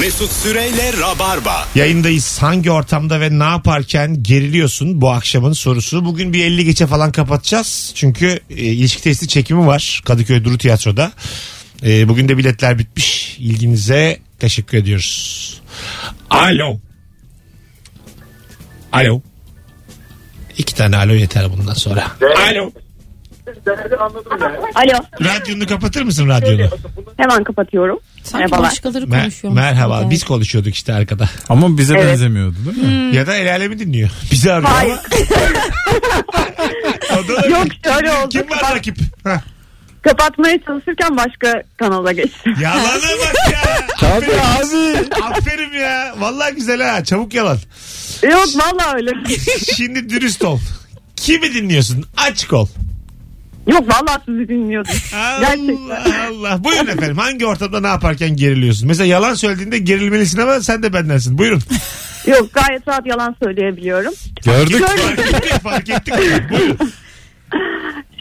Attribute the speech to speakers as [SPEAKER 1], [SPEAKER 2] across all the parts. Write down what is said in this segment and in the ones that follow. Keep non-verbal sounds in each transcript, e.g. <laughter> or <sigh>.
[SPEAKER 1] Mesut Süreyle Rabarba.
[SPEAKER 2] Yayındayız. Hangi ortamda ve ne yaparken geriliyorsun bu akşamın sorusu. Bugün bir 50 geçe falan kapatacağız. Çünkü e, ilişki testi çekimi var Kadıköy Duru Tiyatro'da. E, bugün de biletler bitmiş. İlginize teşekkür ediyoruz. Alo. Alo. İki tane alo yeter bundan sonra. Alo.
[SPEAKER 3] Alo.
[SPEAKER 2] Radyonu kapatır mısın radyonu?
[SPEAKER 3] Hemen kapatıyorum.
[SPEAKER 4] Sanki
[SPEAKER 3] Merhabalar.
[SPEAKER 4] başkaları
[SPEAKER 2] Mer-
[SPEAKER 4] konuşuyormuş.
[SPEAKER 2] merhaba.
[SPEAKER 4] gibi.
[SPEAKER 2] Biz konuşuyorduk işte arkada.
[SPEAKER 5] Ama bize
[SPEAKER 3] Evet.
[SPEAKER 5] benzemiyordu değil mi?
[SPEAKER 4] Hmm.
[SPEAKER 2] Ya da el alemi dinliyor. <laughs> Bizi arıyor
[SPEAKER 3] Hayır.
[SPEAKER 2] ama. O da- <laughs>
[SPEAKER 3] Yok şöyle oldu.
[SPEAKER 2] Kim var
[SPEAKER 3] Kapat-
[SPEAKER 2] rakip? Hah.
[SPEAKER 3] kapatmaya çalışırken başka
[SPEAKER 2] <laughs>
[SPEAKER 3] kanala geçtim.
[SPEAKER 2] Yalana bak ya.
[SPEAKER 5] <laughs> Abi abi.
[SPEAKER 2] Aferin ya. Vallahi güzel ha. Çabuk yalan.
[SPEAKER 3] Yok vallahi öyle.
[SPEAKER 2] Şimdi dürüst ol. Kimi dinliyorsun? Açık ol.
[SPEAKER 3] Yok vallahi sizi dinliyordum.
[SPEAKER 2] Allah
[SPEAKER 3] Gerçekten.
[SPEAKER 2] Allah. Buyurun efendim. Hangi ortamda ne yaparken geriliyorsun? Mesela yalan söylediğinde gerilmelisin ama sen de bendensin. Buyurun.
[SPEAKER 3] Yok gayet rahat yalan söyleyebiliyorum.
[SPEAKER 5] Gördük.
[SPEAKER 2] Fark ettik. Fark ettik. Buyurun.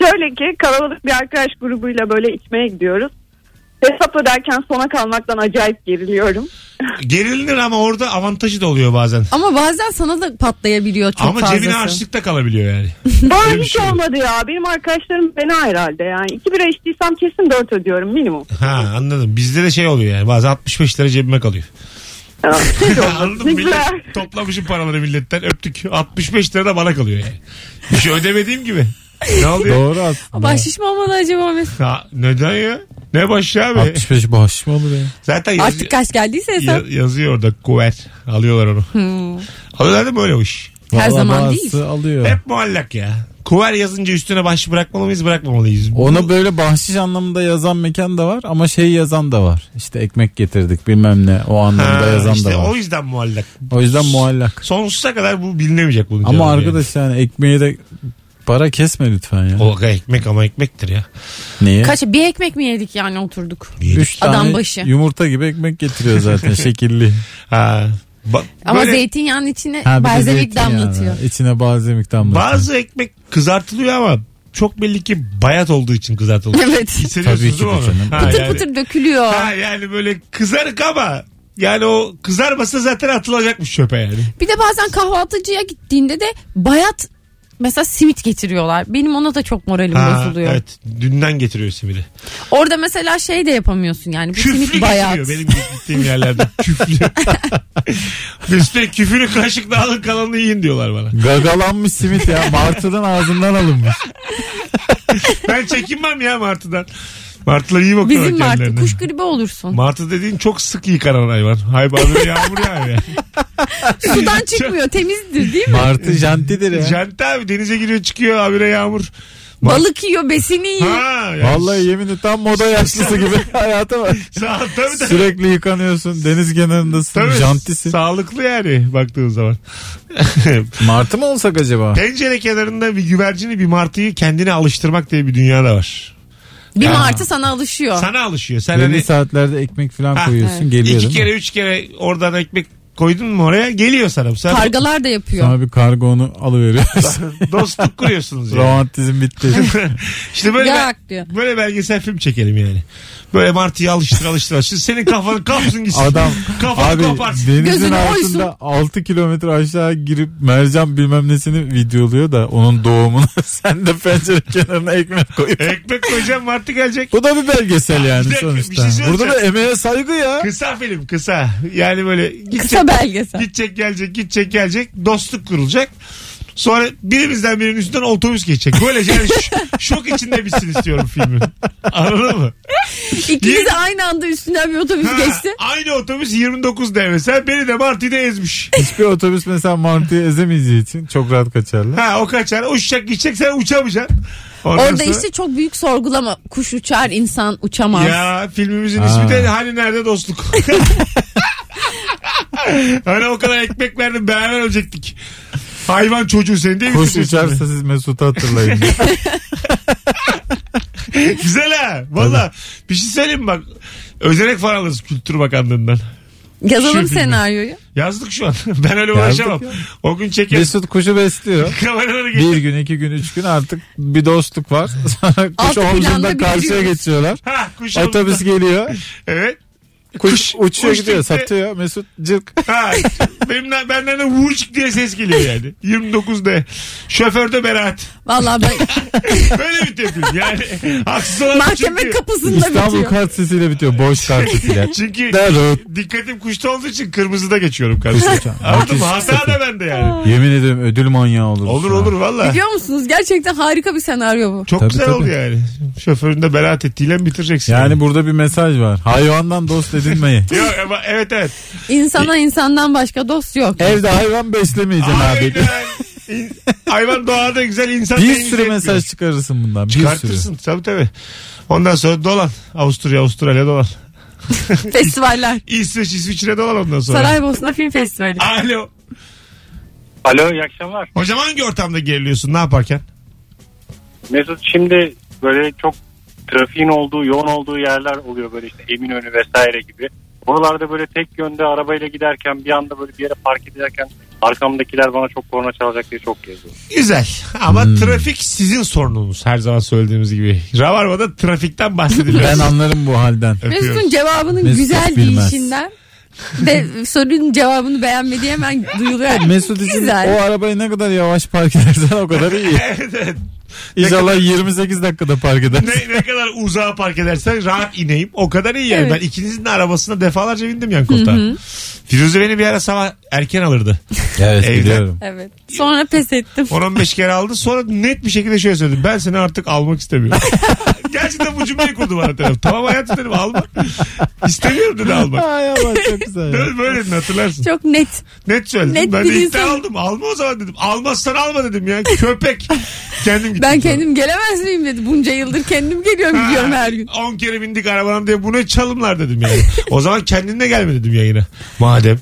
[SPEAKER 3] Şöyle ki kalabalık bir arkadaş grubuyla böyle içmeye gidiyoruz. Hesap öderken sona kalmaktan
[SPEAKER 2] <laughs>
[SPEAKER 3] acayip geriliyorum.
[SPEAKER 2] Gerilinir ama orada avantajı da oluyor bazen.
[SPEAKER 4] Ama bazen sana da patlayabiliyor çok
[SPEAKER 2] ama
[SPEAKER 4] fazlası.
[SPEAKER 2] cebine harçlık da kalabiliyor yani. <laughs> Öyle
[SPEAKER 3] Bana
[SPEAKER 2] bir
[SPEAKER 3] hiç
[SPEAKER 2] şey yok.
[SPEAKER 3] olmadı ya. Benim arkadaşlarım fena herhalde yani. İki bira içtiysem kesin dört
[SPEAKER 2] <laughs>
[SPEAKER 3] ödüyorum minimum.
[SPEAKER 2] Ha anladım. Bizde de şey oluyor yani. Bazen 65 lira cebime kalıyor.
[SPEAKER 3] Ya,
[SPEAKER 2] <laughs>
[SPEAKER 3] hiç olmadı.
[SPEAKER 2] Anladım
[SPEAKER 3] Ne
[SPEAKER 2] millet
[SPEAKER 3] güzel.
[SPEAKER 2] toplamışım paraları milletten öptük. 65 lira da bana kalıyor yani. Bir şey ödemediğim gibi.
[SPEAKER 3] <laughs>
[SPEAKER 2] Ne oluyor?
[SPEAKER 5] Doğru aslında.
[SPEAKER 4] Bahşiş mi olmadı acaba Mesut?
[SPEAKER 2] Ha, neden ya? Ne başı abi?
[SPEAKER 5] 65 bahşiş mi olur ya?
[SPEAKER 2] Zaten yazıyor,
[SPEAKER 4] Artık kaç geldiyse hesap. Hmm.
[SPEAKER 2] ya- yazıyor orada kuver. Alıyorlar onu. Alıyorlar da böyle o iş.
[SPEAKER 4] Her
[SPEAKER 5] Vallahi
[SPEAKER 4] zaman
[SPEAKER 5] bazısı
[SPEAKER 4] değil.
[SPEAKER 5] alıyor.
[SPEAKER 2] Hep muallak ya. Kuver yazınca üstüne baş bırakmalı mıyız bırakmamalıyız.
[SPEAKER 5] Ona böyle bahşiş anlamında yazan mekan da var ama şey yazan da var. İşte ekmek getirdik bilmem ne o anlamda
[SPEAKER 2] Ha,
[SPEAKER 5] yazan
[SPEAKER 2] işte
[SPEAKER 5] da var.
[SPEAKER 2] o yüzden muallak.
[SPEAKER 5] O yüzden muallak.
[SPEAKER 2] Sonsuza kadar bu bilinemeyecek bunun. cevabı
[SPEAKER 5] Ama arkadaş yani ekmeği de para kesme lütfen ya.
[SPEAKER 2] Yani. O ekmek ama ekmektir ya.
[SPEAKER 5] Niye?
[SPEAKER 4] Kaç bir ekmek mi yedik yani oturduk?
[SPEAKER 5] Üç
[SPEAKER 4] Adam
[SPEAKER 5] tane
[SPEAKER 4] başı.
[SPEAKER 5] yumurta gibi ekmek
[SPEAKER 4] <laughs>
[SPEAKER 5] getiriyor zaten şekilli.
[SPEAKER 2] Ha. Ba-
[SPEAKER 4] Ama
[SPEAKER 2] böyle-
[SPEAKER 4] zeytinyağının içine
[SPEAKER 5] Ha, bir de
[SPEAKER 4] balzamik
[SPEAKER 5] zeytinyağı
[SPEAKER 4] damlatıyor.
[SPEAKER 2] <laughs>
[SPEAKER 5] var. İçine balzamik damlatıyor.
[SPEAKER 2] Bazı ekmek kızartılıyor ama çok belli ki bayat olduğu için
[SPEAKER 4] <laughs>
[SPEAKER 2] kızartılıyor.
[SPEAKER 4] Evet.
[SPEAKER 2] Hissediyorsunuz
[SPEAKER 5] Tabii ki
[SPEAKER 2] değil mi
[SPEAKER 5] de
[SPEAKER 2] onu?
[SPEAKER 5] canım.
[SPEAKER 2] Ha,
[SPEAKER 4] Pıtır
[SPEAKER 2] yani-
[SPEAKER 4] pıtır dökülüyor.
[SPEAKER 2] Ha, yani böyle kızarık ama yani o kızarmasa zaten atılacakmış çöpe yani.
[SPEAKER 4] Bir de bazen kahvaltıcıya gittiğinde de bayat mesela simit getiriyorlar. Benim ona da çok moralim
[SPEAKER 2] Ha,
[SPEAKER 4] bozuluyor.
[SPEAKER 2] evet. Dünden getiriyor simidi.
[SPEAKER 4] Orada mesela şey de yapamıyorsun yani. Bu
[SPEAKER 2] Küflü
[SPEAKER 4] simit bayat.
[SPEAKER 2] getiriyor benim gittiğim
[SPEAKER 4] <laughs>
[SPEAKER 2] yerlerde. küflü. <laughs> Üstelik küfünü kaşıkla alın kalanını yiyin diyorlar bana.
[SPEAKER 5] Gagalanmış simit ya. Martıdan
[SPEAKER 4] <laughs>
[SPEAKER 5] ağzından alınmış.
[SPEAKER 2] Ben çekinmem ya martıdan. Martılar iyi bakıyorlar
[SPEAKER 4] Bizim Martı
[SPEAKER 2] kendilerine.
[SPEAKER 4] kuş gribi olursun.
[SPEAKER 2] Martı dediğin çok sık yıkanan hayvan. Hayvanları yağmur yağıyor yani.
[SPEAKER 4] Sudan çıkmıyor temizdir değil mi?
[SPEAKER 5] Martı <laughs> jantidir ya.
[SPEAKER 2] Jante abi denize giriyor çıkıyor abire yağmur. Mart-
[SPEAKER 4] Balık yiyor besini yiyor.
[SPEAKER 2] Ha, yani
[SPEAKER 5] Vallahi yemin et tam moda yaşlısı gibi
[SPEAKER 2] <laughs>
[SPEAKER 5] hayata bak.
[SPEAKER 2] Sağ, tabii tabii.
[SPEAKER 5] Sürekli yıkanıyorsun. Deniz kenarındasın.
[SPEAKER 2] Tabii,
[SPEAKER 5] Jantisin.
[SPEAKER 2] Sağlıklı yani baktığın zaman. <laughs>
[SPEAKER 5] Martı mı olsak acaba?
[SPEAKER 2] Pencere kenarında bir güvercini bir martıyı kendine alıştırmak diye bir dünya da var.
[SPEAKER 4] Bir
[SPEAKER 2] Ha.
[SPEAKER 4] Martı sana
[SPEAKER 5] Ah.
[SPEAKER 4] alışıyor.
[SPEAKER 2] Sana alışıyor. Sen
[SPEAKER 5] Belli
[SPEAKER 2] hani
[SPEAKER 5] saatlerde ekmek falan
[SPEAKER 2] Ha,
[SPEAKER 5] koyuyorsun. Geliyor
[SPEAKER 2] iki
[SPEAKER 5] değil mi?
[SPEAKER 2] kere üç kere oradan ekmek koydun mu oraya geliyor sana. Bu sefer
[SPEAKER 4] Kargalar da yapıyor.
[SPEAKER 5] Sana bir kargo onu alıveriyorsun.
[SPEAKER 2] dostluk
[SPEAKER 5] <laughs>
[SPEAKER 2] kuruyorsunuz yani. <laughs>
[SPEAKER 5] Romantizm bitti.
[SPEAKER 2] işte böyle
[SPEAKER 4] Yak
[SPEAKER 2] ben-
[SPEAKER 4] diyor.
[SPEAKER 2] böyle belgesel film çekelim yani. Böyle martıyı alıştır alıştır. alıştır. senin kafanı kapsın gitsin.
[SPEAKER 5] Adam
[SPEAKER 2] Kafanı
[SPEAKER 5] abi
[SPEAKER 2] koparsın.
[SPEAKER 5] denizin
[SPEAKER 4] Gözünü
[SPEAKER 5] altında
[SPEAKER 4] oysun.
[SPEAKER 5] 6 kilometre aşağı girip mercan bilmem nesini videoluyor da onun doğumunu <laughs> sen de pencere kenarına ekmek koyuyorsun.
[SPEAKER 2] Ekmek koyacağım martı gelecek.
[SPEAKER 5] Bu da bir belgesel yani
[SPEAKER 2] E- Bir dakika, bir
[SPEAKER 5] sonuçta.
[SPEAKER 2] şey söyleyeceğim.
[SPEAKER 5] Burada da emeğe saygı ya.
[SPEAKER 2] Kısa film kısa. Yani böyle gidecek,
[SPEAKER 4] Kısa belgesel.
[SPEAKER 2] gidecek gelecek gidecek gelecek dostluk kurulacak. Sonra birimizden birinin üstünden otobüs geçecek. Böylece yani ş- <laughs> şok içinde bitsin istiyorum filmi. Anladın mı?
[SPEAKER 4] İkiniz de aynı anda üstünden bir otobüs
[SPEAKER 2] şey- Ha,
[SPEAKER 4] geçti.
[SPEAKER 2] Aynı otobüs 29 devresel beni de Martı'yı da ezmiş.
[SPEAKER 5] Hiçbir otobüs mesela mantıyı ezemeyeceği için çok rahat kaçarlar.
[SPEAKER 2] Ha o kaçar uçacak gidecek sen uçamayacaksın. Ondan
[SPEAKER 4] Orada
[SPEAKER 2] sonra-
[SPEAKER 4] işte çok büyük sorgulama. Kuş uçar, insan uçamaz.
[SPEAKER 2] Ya filmimizin
[SPEAKER 5] Ha.
[SPEAKER 2] ismi de hani nerede
[SPEAKER 5] <laughs>
[SPEAKER 2] dostluk. hani o kadar ekmek verdim beraber ölecektik. Hayvan çocuğu senin değil mi?
[SPEAKER 5] Kuş uçarsa siz Mesut'u hatırlayın.
[SPEAKER 2] <laughs> Güzel ha. Valla bir şey söyleyeyim mi bak. Özenek falan alırız Kültür Bakanlığı'ndan.
[SPEAKER 4] Yazalım
[SPEAKER 2] Şu filmi.
[SPEAKER 4] senaryoyu.
[SPEAKER 2] Yazdık şu an. <laughs> Ben öyle
[SPEAKER 5] Yazdık
[SPEAKER 2] uğraşamam.
[SPEAKER 5] ya.
[SPEAKER 2] O gün çeker.
[SPEAKER 5] Mesut kuşu besliyor.
[SPEAKER 2] <laughs> Kameraları
[SPEAKER 5] Bir
[SPEAKER 2] getir.
[SPEAKER 5] gün, iki gün, üç gün artık bir dostluk var. <laughs> Sonra
[SPEAKER 4] Altı
[SPEAKER 5] kuşu
[SPEAKER 4] planda
[SPEAKER 5] omzunda karşıya
[SPEAKER 4] biliyoruz.
[SPEAKER 5] geçiyorlar.
[SPEAKER 2] Ha kuş
[SPEAKER 5] Otobüs
[SPEAKER 2] omuzda.
[SPEAKER 5] geliyor.
[SPEAKER 2] Evet.
[SPEAKER 5] Kuş,
[SPEAKER 2] Kuş-
[SPEAKER 5] uçuyor
[SPEAKER 2] kuş
[SPEAKER 5] gidiyor
[SPEAKER 2] tekne-
[SPEAKER 5] satıyor Mesut cırk.
[SPEAKER 2] Ha, <laughs> benimle, benden de vuş diye ses geliyor yani. 29'da. Şoförde beraat. <laughs>
[SPEAKER 4] Vallahi bak,
[SPEAKER 2] Böyle bitiyor film
[SPEAKER 5] <laughs>
[SPEAKER 2] yani. Haksız olan
[SPEAKER 4] mahkeme
[SPEAKER 2] çünkü.
[SPEAKER 4] kapısında
[SPEAKER 5] İstanbul
[SPEAKER 4] bitiyor.
[SPEAKER 5] kart sesiyle bitiyor. Boş kart sesiyle.
[SPEAKER 2] Çünkü
[SPEAKER 5] Derut.
[SPEAKER 2] dikkatim kuşta olduğu için kırmızıda geçiyorum karşıya. Anladın mı? Hata da bende yani.
[SPEAKER 5] Yemin ederim ödül manyağı olur.
[SPEAKER 2] Olur olur valla.
[SPEAKER 4] Biliyor musunuz gerçekten harika bir senaryo bu.
[SPEAKER 2] Çok
[SPEAKER 5] Tabii,
[SPEAKER 2] güzel
[SPEAKER 5] tabii.
[SPEAKER 2] oldu yani. Şoföründe beraat ettiğiyle mi bitireceksin?
[SPEAKER 5] Yani burada bir mesaj var. Hayvandan dost
[SPEAKER 2] <laughs>
[SPEAKER 5] edinmeyi.
[SPEAKER 2] Yok ama evet evet. E-
[SPEAKER 4] İnsana insandan başka dost yok.
[SPEAKER 5] Evde hayvan beslemeyeceksin abi.
[SPEAKER 2] Aynen. İn- Hayvan doğada güzel insan da
[SPEAKER 5] Bir
[SPEAKER 2] iyi
[SPEAKER 5] sürü
[SPEAKER 2] hissetmiyor.
[SPEAKER 5] mesaj çıkarırsın bundan. Bir sürü.
[SPEAKER 2] Çıkartırsın tabii tabii. Ondan sonra dolan. Avusturya Avustralya dolan.
[SPEAKER 4] Festivaller.
[SPEAKER 2] İsveç İsviçre dolan ondan sonra.
[SPEAKER 4] Saraybosna Film Festivali.
[SPEAKER 2] Alo.
[SPEAKER 6] Alo iyi akşamlar.
[SPEAKER 2] Hocam hangi ortamda geriliyorsun ne yaparken?
[SPEAKER 6] Mesut şimdi böyle çok trafiğin olduğu, yoğun olduğu yerler oluyor böyle işte Eminönü vesaire gibi. Oralarda böyle tek yönde arabayla giderken bir anda böyle bir yere park ederken arkamdakiler bana çok korna çalacak diye çok geziyor.
[SPEAKER 2] Güzel ama trafik sizin sorununuz her zaman söylediğimiz gibi. Ravarva'da trafikten bahsediliyor.
[SPEAKER 5] Ben anlarım bu halden.
[SPEAKER 2] Öpüyoruz.
[SPEAKER 4] Mesut'un cevabının
[SPEAKER 5] Mesut
[SPEAKER 4] güzel
[SPEAKER 5] bilmez.
[SPEAKER 4] değişinden ve sorunun cevabını beğenmediği hemen duyuluyor.
[SPEAKER 5] <laughs> Mesut için
[SPEAKER 4] Güzel.
[SPEAKER 5] o arabayı ne kadar yavaş park edersen o kadar iyi.
[SPEAKER 2] <laughs> Evet, evet.
[SPEAKER 5] İnşallah 28 dakikada park eder.
[SPEAKER 2] ne, ne kadar uzağa park edersen rahat ineyim. O kadar iyi yani.
[SPEAKER 4] Evet.
[SPEAKER 2] Ben ikinizin de arabasına defalarca bindim yan koltuğa. Firuze beni bir ara sabah erken alırdı.
[SPEAKER 5] Evet
[SPEAKER 2] Evden.
[SPEAKER 5] biliyorum.
[SPEAKER 4] Evet. Sonra pes ettim.
[SPEAKER 2] 10-15 kere aldı. Sonra net bir şekilde şöyle söyledim. Ben seni artık almak istemiyorum. <laughs> Gerçekten bu cümleyi kurdu bana taraf. Tamam hayatım dedim alma. İstemiyorum dedi almak.
[SPEAKER 5] Ay Allah çok güzel. ya.
[SPEAKER 2] Böyle böyle dedin, hatırlarsın.
[SPEAKER 4] Çok net.
[SPEAKER 2] Net söyledim.
[SPEAKER 4] net
[SPEAKER 2] ben de
[SPEAKER 4] bir
[SPEAKER 2] ilk de
[SPEAKER 4] insan.
[SPEAKER 2] aldım. Alma o zaman dedim. Almazsan alma dedim ya.
[SPEAKER 4] <laughs>
[SPEAKER 2] Köpek. Kendim gittim.
[SPEAKER 4] Ben
[SPEAKER 5] şey-
[SPEAKER 2] sonra.
[SPEAKER 4] kendim gelemez miyim dedi. Bunca yıldır kendim geliyorum gidiyorum her gün.
[SPEAKER 2] 10 kere bindik arabana diye bu ne çalımlar dedim yani. o zaman kendine gelme dedim yayına. Madem.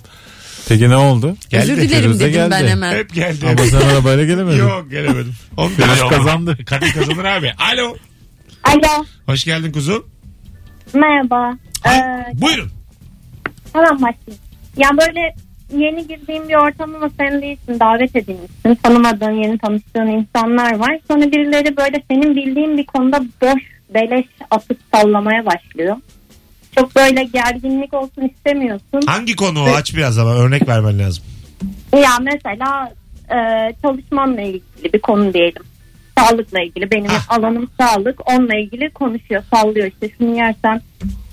[SPEAKER 5] Peki ne oldu?
[SPEAKER 2] Geldi.
[SPEAKER 4] Özür dilerim
[SPEAKER 5] Firuze
[SPEAKER 4] dedim ben
[SPEAKER 5] geldi.
[SPEAKER 4] hemen.
[SPEAKER 2] Hep geldi.
[SPEAKER 5] Ama sen arabayla
[SPEAKER 2] <laughs>
[SPEAKER 5] gelemedin.
[SPEAKER 2] Yok gelemedim. Oğlum
[SPEAKER 5] Biraz
[SPEAKER 2] dedi,
[SPEAKER 5] kazandı.
[SPEAKER 2] Kadın kazanır abi. Alo.
[SPEAKER 7] Alo.
[SPEAKER 2] Hoş geldin kuzum.
[SPEAKER 7] Merhaba.
[SPEAKER 2] Ha,
[SPEAKER 7] Ee,
[SPEAKER 2] Buyurun.
[SPEAKER 7] tamam başlayayım. Yani böyle yeni girdiğim bir ortamda sen değilsin davet edilmişsin. Tanımadığın yeni tanıştığın insanlar var. Sonra birileri böyle senin bildiğin bir konuda boş beleş atıp sallamaya başlıyor. Çok böyle gerginlik olsun istemiyorsun.
[SPEAKER 2] Hangi konu o? Aç biraz ama örnek vermen lazım.
[SPEAKER 7] Ya mesela e, çalışmanla ilgili bir konu diyelim. Sağlıkla ilgili benim
[SPEAKER 2] Ah.
[SPEAKER 7] alanım sağlık. Onunla ilgili konuşuyor, sallıyor işte şunu yersen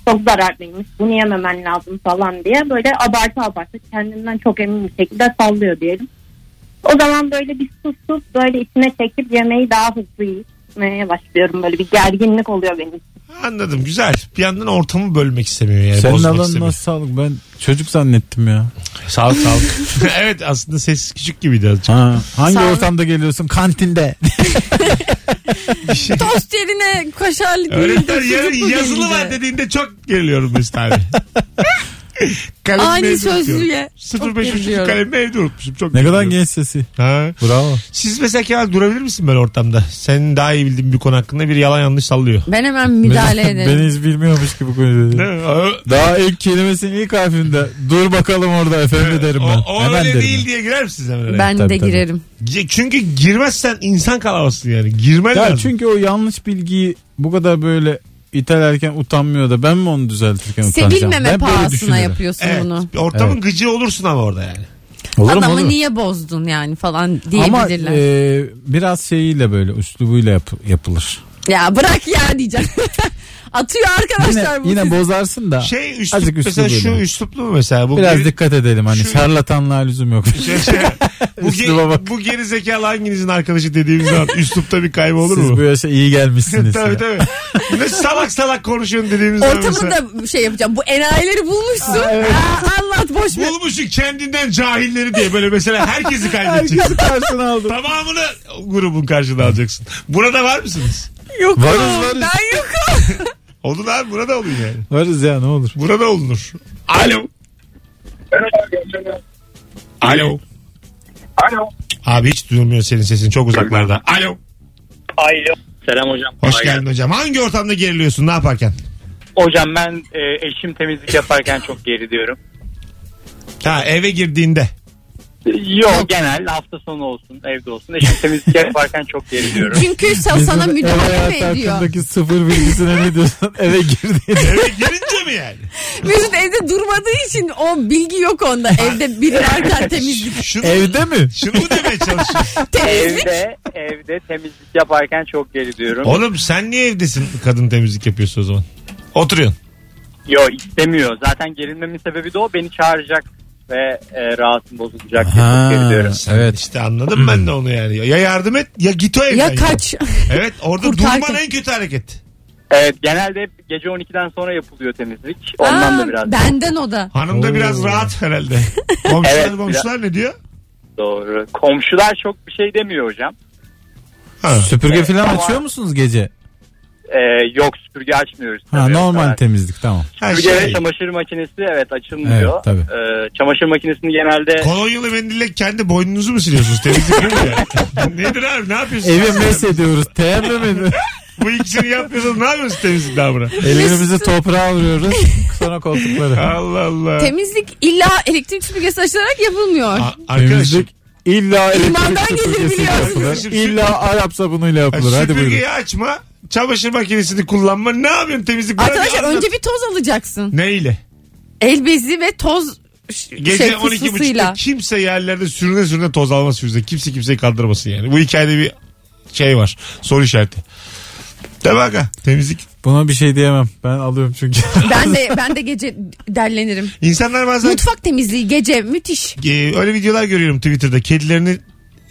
[SPEAKER 7] çok zararlıymış. Bunu yememen lazım falan diye böyle abartı abartı kendinden çok emin bir şekilde sallıyor diyelim. O zaman böyle bir susup böyle içine çekip yemeği daha hızlı yemeye başlıyorum. Böyle bir gerginlik oluyor benim için.
[SPEAKER 2] Anladım güzel. Bir yandan ortamı bölmek istemiyor yani.
[SPEAKER 5] Senin
[SPEAKER 2] bozmak
[SPEAKER 5] alanın
[SPEAKER 2] istemiyor.
[SPEAKER 5] nasıl sağlık? Ben çocuk zannettim ya.
[SPEAKER 2] Sağlık sağlık. <laughs> evet aslında ses küçük gibiydi azıcık.
[SPEAKER 5] Ha, hangi
[SPEAKER 4] Sağlık.
[SPEAKER 5] ortamda geliyorsun? Kantinde. Şey-
[SPEAKER 4] Tost yerine kaşarlı değil de
[SPEAKER 2] Öğretmen yarın
[SPEAKER 4] sucuklu
[SPEAKER 2] yazılı
[SPEAKER 4] gelince.
[SPEAKER 2] var dediğinde çok geriliyorum Mesut
[SPEAKER 4] <laughs>
[SPEAKER 2] abi.
[SPEAKER 5] şey
[SPEAKER 2] Kalemi
[SPEAKER 4] Ani
[SPEAKER 2] evde
[SPEAKER 4] sözlüğe.
[SPEAKER 2] unutuyorum.
[SPEAKER 4] Çok
[SPEAKER 2] 05.
[SPEAKER 4] geriliyorum.
[SPEAKER 2] kalemimi evde unutmuşum. Çok
[SPEAKER 5] <laughs> Ne kadar
[SPEAKER 2] geriliyorum.
[SPEAKER 5] genç sesi.
[SPEAKER 2] Ha.
[SPEAKER 5] Bravo.
[SPEAKER 2] Siz mesela Kemal durabilir misin böyle ortamda? Senin daha iyi bildiğin bir konu hakkında bir yalan yanlış sallıyor.
[SPEAKER 4] Ben hemen müdahale ederim.
[SPEAKER 5] Beni hiç bilmiyormuş gibi konuşuyor.
[SPEAKER 2] Değil mi? O-
[SPEAKER 5] Daha ilk kelimesinin ilk harfinde. Dur bakalım orada efendim derim ben.
[SPEAKER 2] O, o
[SPEAKER 5] Hemen
[SPEAKER 2] öyle
[SPEAKER 5] derim
[SPEAKER 2] değil
[SPEAKER 5] ben.
[SPEAKER 2] diye girer misiniz hemen oraya?
[SPEAKER 4] Ben
[SPEAKER 5] Tabii,
[SPEAKER 4] de
[SPEAKER 5] tabii.
[SPEAKER 4] girerim.
[SPEAKER 2] Ge- Çünkü girmezsen insan kalabalıksın yani. Girmen
[SPEAKER 5] Ya
[SPEAKER 2] lazım.
[SPEAKER 5] çünkü o yanlış bilgiyi bu kadar böyle itelerken utanmıyor da ben mi onu düzeltirken utanacağım?
[SPEAKER 4] Sevilmeme
[SPEAKER 5] Ben böyle
[SPEAKER 4] pahasına
[SPEAKER 5] düşünürüm.
[SPEAKER 4] yapıyorsun
[SPEAKER 2] Evet,
[SPEAKER 4] bunu.
[SPEAKER 2] Ortamın
[SPEAKER 5] Evet.
[SPEAKER 2] gıcığı olursun ama orada yani.
[SPEAKER 5] Olurum,
[SPEAKER 4] Adamı
[SPEAKER 5] olurum.
[SPEAKER 4] niye bozdun yani falan
[SPEAKER 5] Ama
[SPEAKER 4] diyebilirler.
[SPEAKER 5] e, biraz şeyiyle böyle üslubuyla yap- yapılır.
[SPEAKER 4] Ya bırak ya diyeceğim. <laughs> Atıyor
[SPEAKER 5] Yine,
[SPEAKER 4] arkadaşlar bu
[SPEAKER 5] yine
[SPEAKER 4] sizi.
[SPEAKER 5] bozarsın da
[SPEAKER 2] Şey üslup
[SPEAKER 5] azıcık
[SPEAKER 2] mesela
[SPEAKER 5] üslubuyla.
[SPEAKER 2] şu üsluplu mu mesela? Bu
[SPEAKER 5] biraz
[SPEAKER 2] geri-
[SPEAKER 5] dikkat edelim hani
[SPEAKER 2] Şu-
[SPEAKER 5] şarlatanlığa lüzum yok.
[SPEAKER 2] Şey- şey- bu,
[SPEAKER 5] Üsluba
[SPEAKER 2] ge-
[SPEAKER 5] bak.
[SPEAKER 2] bu geri zekalı hanginizin arkadaşı dediğimiz
[SPEAKER 5] <laughs>
[SPEAKER 2] zaman üslupta bir kaybı olur
[SPEAKER 5] Siz
[SPEAKER 2] mu?
[SPEAKER 5] bu yaşa iyi
[SPEAKER 2] <laughs>
[SPEAKER 5] gelmişsiniz.
[SPEAKER 2] tabii tabii. Ne salak salak konuşuyorsun dediğimiz zaman mesela.
[SPEAKER 4] Ortamında şey yapacağım. Bu enayileri bulmuşsun. Aa, anlat boş ver.
[SPEAKER 2] Bulmuşsun kendinden cahilleri diye böyle mesela herkesi kaybedeceksin.
[SPEAKER 5] Herkesi karşına aldım.
[SPEAKER 2] Tamamını grubun karşılığında alacaksın. Burada var mısınız?
[SPEAKER 4] Yok
[SPEAKER 5] Varız,
[SPEAKER 4] oğlum,
[SPEAKER 5] varız.
[SPEAKER 4] ben yokum. <laughs>
[SPEAKER 2] Olun abi burada olun yani.
[SPEAKER 5] Varız ya ne olur.
[SPEAKER 2] Burada olunur. Alo. Alo.
[SPEAKER 6] Alo.
[SPEAKER 2] Abi hiç duyulmuyor senin sesin çok uzaklarda. Alo.
[SPEAKER 6] Alo. Selam hocam.
[SPEAKER 2] Hoş geldin hocam. Hangi ortamda geriliyorsun ne yaparken?
[SPEAKER 6] Hocam ben e, eşim temizlik yaparken çok geriliyorum.
[SPEAKER 2] Ha eve girdiğinde.
[SPEAKER 6] Yok genel hafta sonu olsun evde olsun. Eşim temizlik yaparken çok
[SPEAKER 2] <laughs>
[SPEAKER 6] geriliyorum.
[SPEAKER 4] Çünkü sa-
[SPEAKER 5] Bizim
[SPEAKER 4] sana
[SPEAKER 5] ev
[SPEAKER 4] müdahale mi
[SPEAKER 5] hayatı
[SPEAKER 4] ediyor?
[SPEAKER 5] hakkındaki sıfır bilgisine
[SPEAKER 4] <laughs>
[SPEAKER 5] ne diyorsun? Eve girdiğinde.
[SPEAKER 2] Eve girince mi yani?
[SPEAKER 4] Mesut evde durmadığı için o bilgi yok onda. Evde biri varken <laughs> temizlik.
[SPEAKER 2] Şunu,
[SPEAKER 5] <laughs> Evde mi?
[SPEAKER 2] şunu mu demeye çalışıyorsun?
[SPEAKER 4] temizlik.
[SPEAKER 6] evde evde temizlik yaparken çok
[SPEAKER 2] <laughs>
[SPEAKER 6] geriliyorum.
[SPEAKER 2] Oğlum sen niye evdesin kadın temizlik yapıyorsun o zaman? Oturuyorsun.
[SPEAKER 6] Yok istemiyor. Zaten gerilmemin sebebi de o. Beni çağıracak ve e, rahatsın bozulacak diye çok geriliyorum.
[SPEAKER 5] evet.
[SPEAKER 2] İşte anladım ben de onu yani. Ya yardım et ya git o evden.
[SPEAKER 4] Ya kaç.
[SPEAKER 2] Evet orada
[SPEAKER 4] Kurtar
[SPEAKER 2] durman
[SPEAKER 4] kaç.
[SPEAKER 2] en kötü hareket.
[SPEAKER 6] Evet genelde hep gece 12'den sonra yapılıyor temizlik. Ondan
[SPEAKER 4] Aa,
[SPEAKER 6] da biraz
[SPEAKER 4] benden o da.
[SPEAKER 2] Hanım da
[SPEAKER 5] Oo.
[SPEAKER 2] biraz rahat <laughs> herhalde. Komşular
[SPEAKER 6] Evet,
[SPEAKER 2] komşular ne diyor?
[SPEAKER 6] doğru. Komşular çok bir şey demiyor hocam.
[SPEAKER 2] Ha.
[SPEAKER 5] Süpürge
[SPEAKER 6] Evet,
[SPEAKER 5] falan
[SPEAKER 6] ama-
[SPEAKER 5] açıyor musunuz gece?
[SPEAKER 6] E, yok süpürge açmıyoruz.
[SPEAKER 5] Ha,
[SPEAKER 6] tabii.
[SPEAKER 5] normal
[SPEAKER 6] Evet.
[SPEAKER 5] temizlik tamam.
[SPEAKER 2] Ha,
[SPEAKER 6] Süpürge ve
[SPEAKER 2] şey,
[SPEAKER 6] çamaşır makinesi evet açılmıyor.
[SPEAKER 5] Evet, tabii.
[SPEAKER 6] E, çamaşır makinesini genelde
[SPEAKER 2] kolonyalı mendille kendi boynunuzu mu siliyorsunuz? Temizlik değil mi <laughs> yani? Nedir abi ne yapıyorsun?
[SPEAKER 5] Evi meshediyoruz.
[SPEAKER 4] <laughs>
[SPEAKER 5] Terlemedi.
[SPEAKER 2] Bu ikisini yapmıyorsanız ne yapıyorsun temizlik damına?
[SPEAKER 5] Ellerimizi toprağa vuruyoruz. Sonra
[SPEAKER 6] <laughs>
[SPEAKER 5] koltukları.
[SPEAKER 2] Allah Allah.
[SPEAKER 4] Temizlik illa elektrik süpürgesi açılarak yapılmıyor.
[SPEAKER 2] A- arkadaşım.
[SPEAKER 5] Temizlik illa
[SPEAKER 4] İmandan
[SPEAKER 5] elektrik
[SPEAKER 4] gelir
[SPEAKER 5] süpürgesiyle
[SPEAKER 4] biliyorsunuz.
[SPEAKER 5] yapılır. İlla Arap sabunuyla yapılır. Hadi buyurun.
[SPEAKER 2] Süpürgeyi açma. Çamaşır makinesini kullanma. Ne yapıyorsun temizlik? Bana bir
[SPEAKER 4] Arkadaşlar
[SPEAKER 2] anlat.
[SPEAKER 4] önce bir toz alacaksın.
[SPEAKER 2] Neyle?
[SPEAKER 4] El bezi ve toz ş-
[SPEAKER 2] Gece
[SPEAKER 4] şey
[SPEAKER 2] 12.30'da
[SPEAKER 4] fısfısıyla.
[SPEAKER 2] kimse yerlerde sürüne sürüne toz almaz yüzde. Kimse kimseyi kandırmasın yani. Bu hikayede bir şey var. Soru işareti. Tabii aga. Temizlik.
[SPEAKER 5] Buna bir şey diyemem. Ben alıyorum
[SPEAKER 4] <laughs>
[SPEAKER 5] çünkü.
[SPEAKER 4] Ben de ben de gece derlenirim.
[SPEAKER 2] İnsanlar bazen
[SPEAKER 4] Mutfak temizliği gece müthiş.
[SPEAKER 2] e, öyle videolar görüyorum Twitter'da. Kedilerini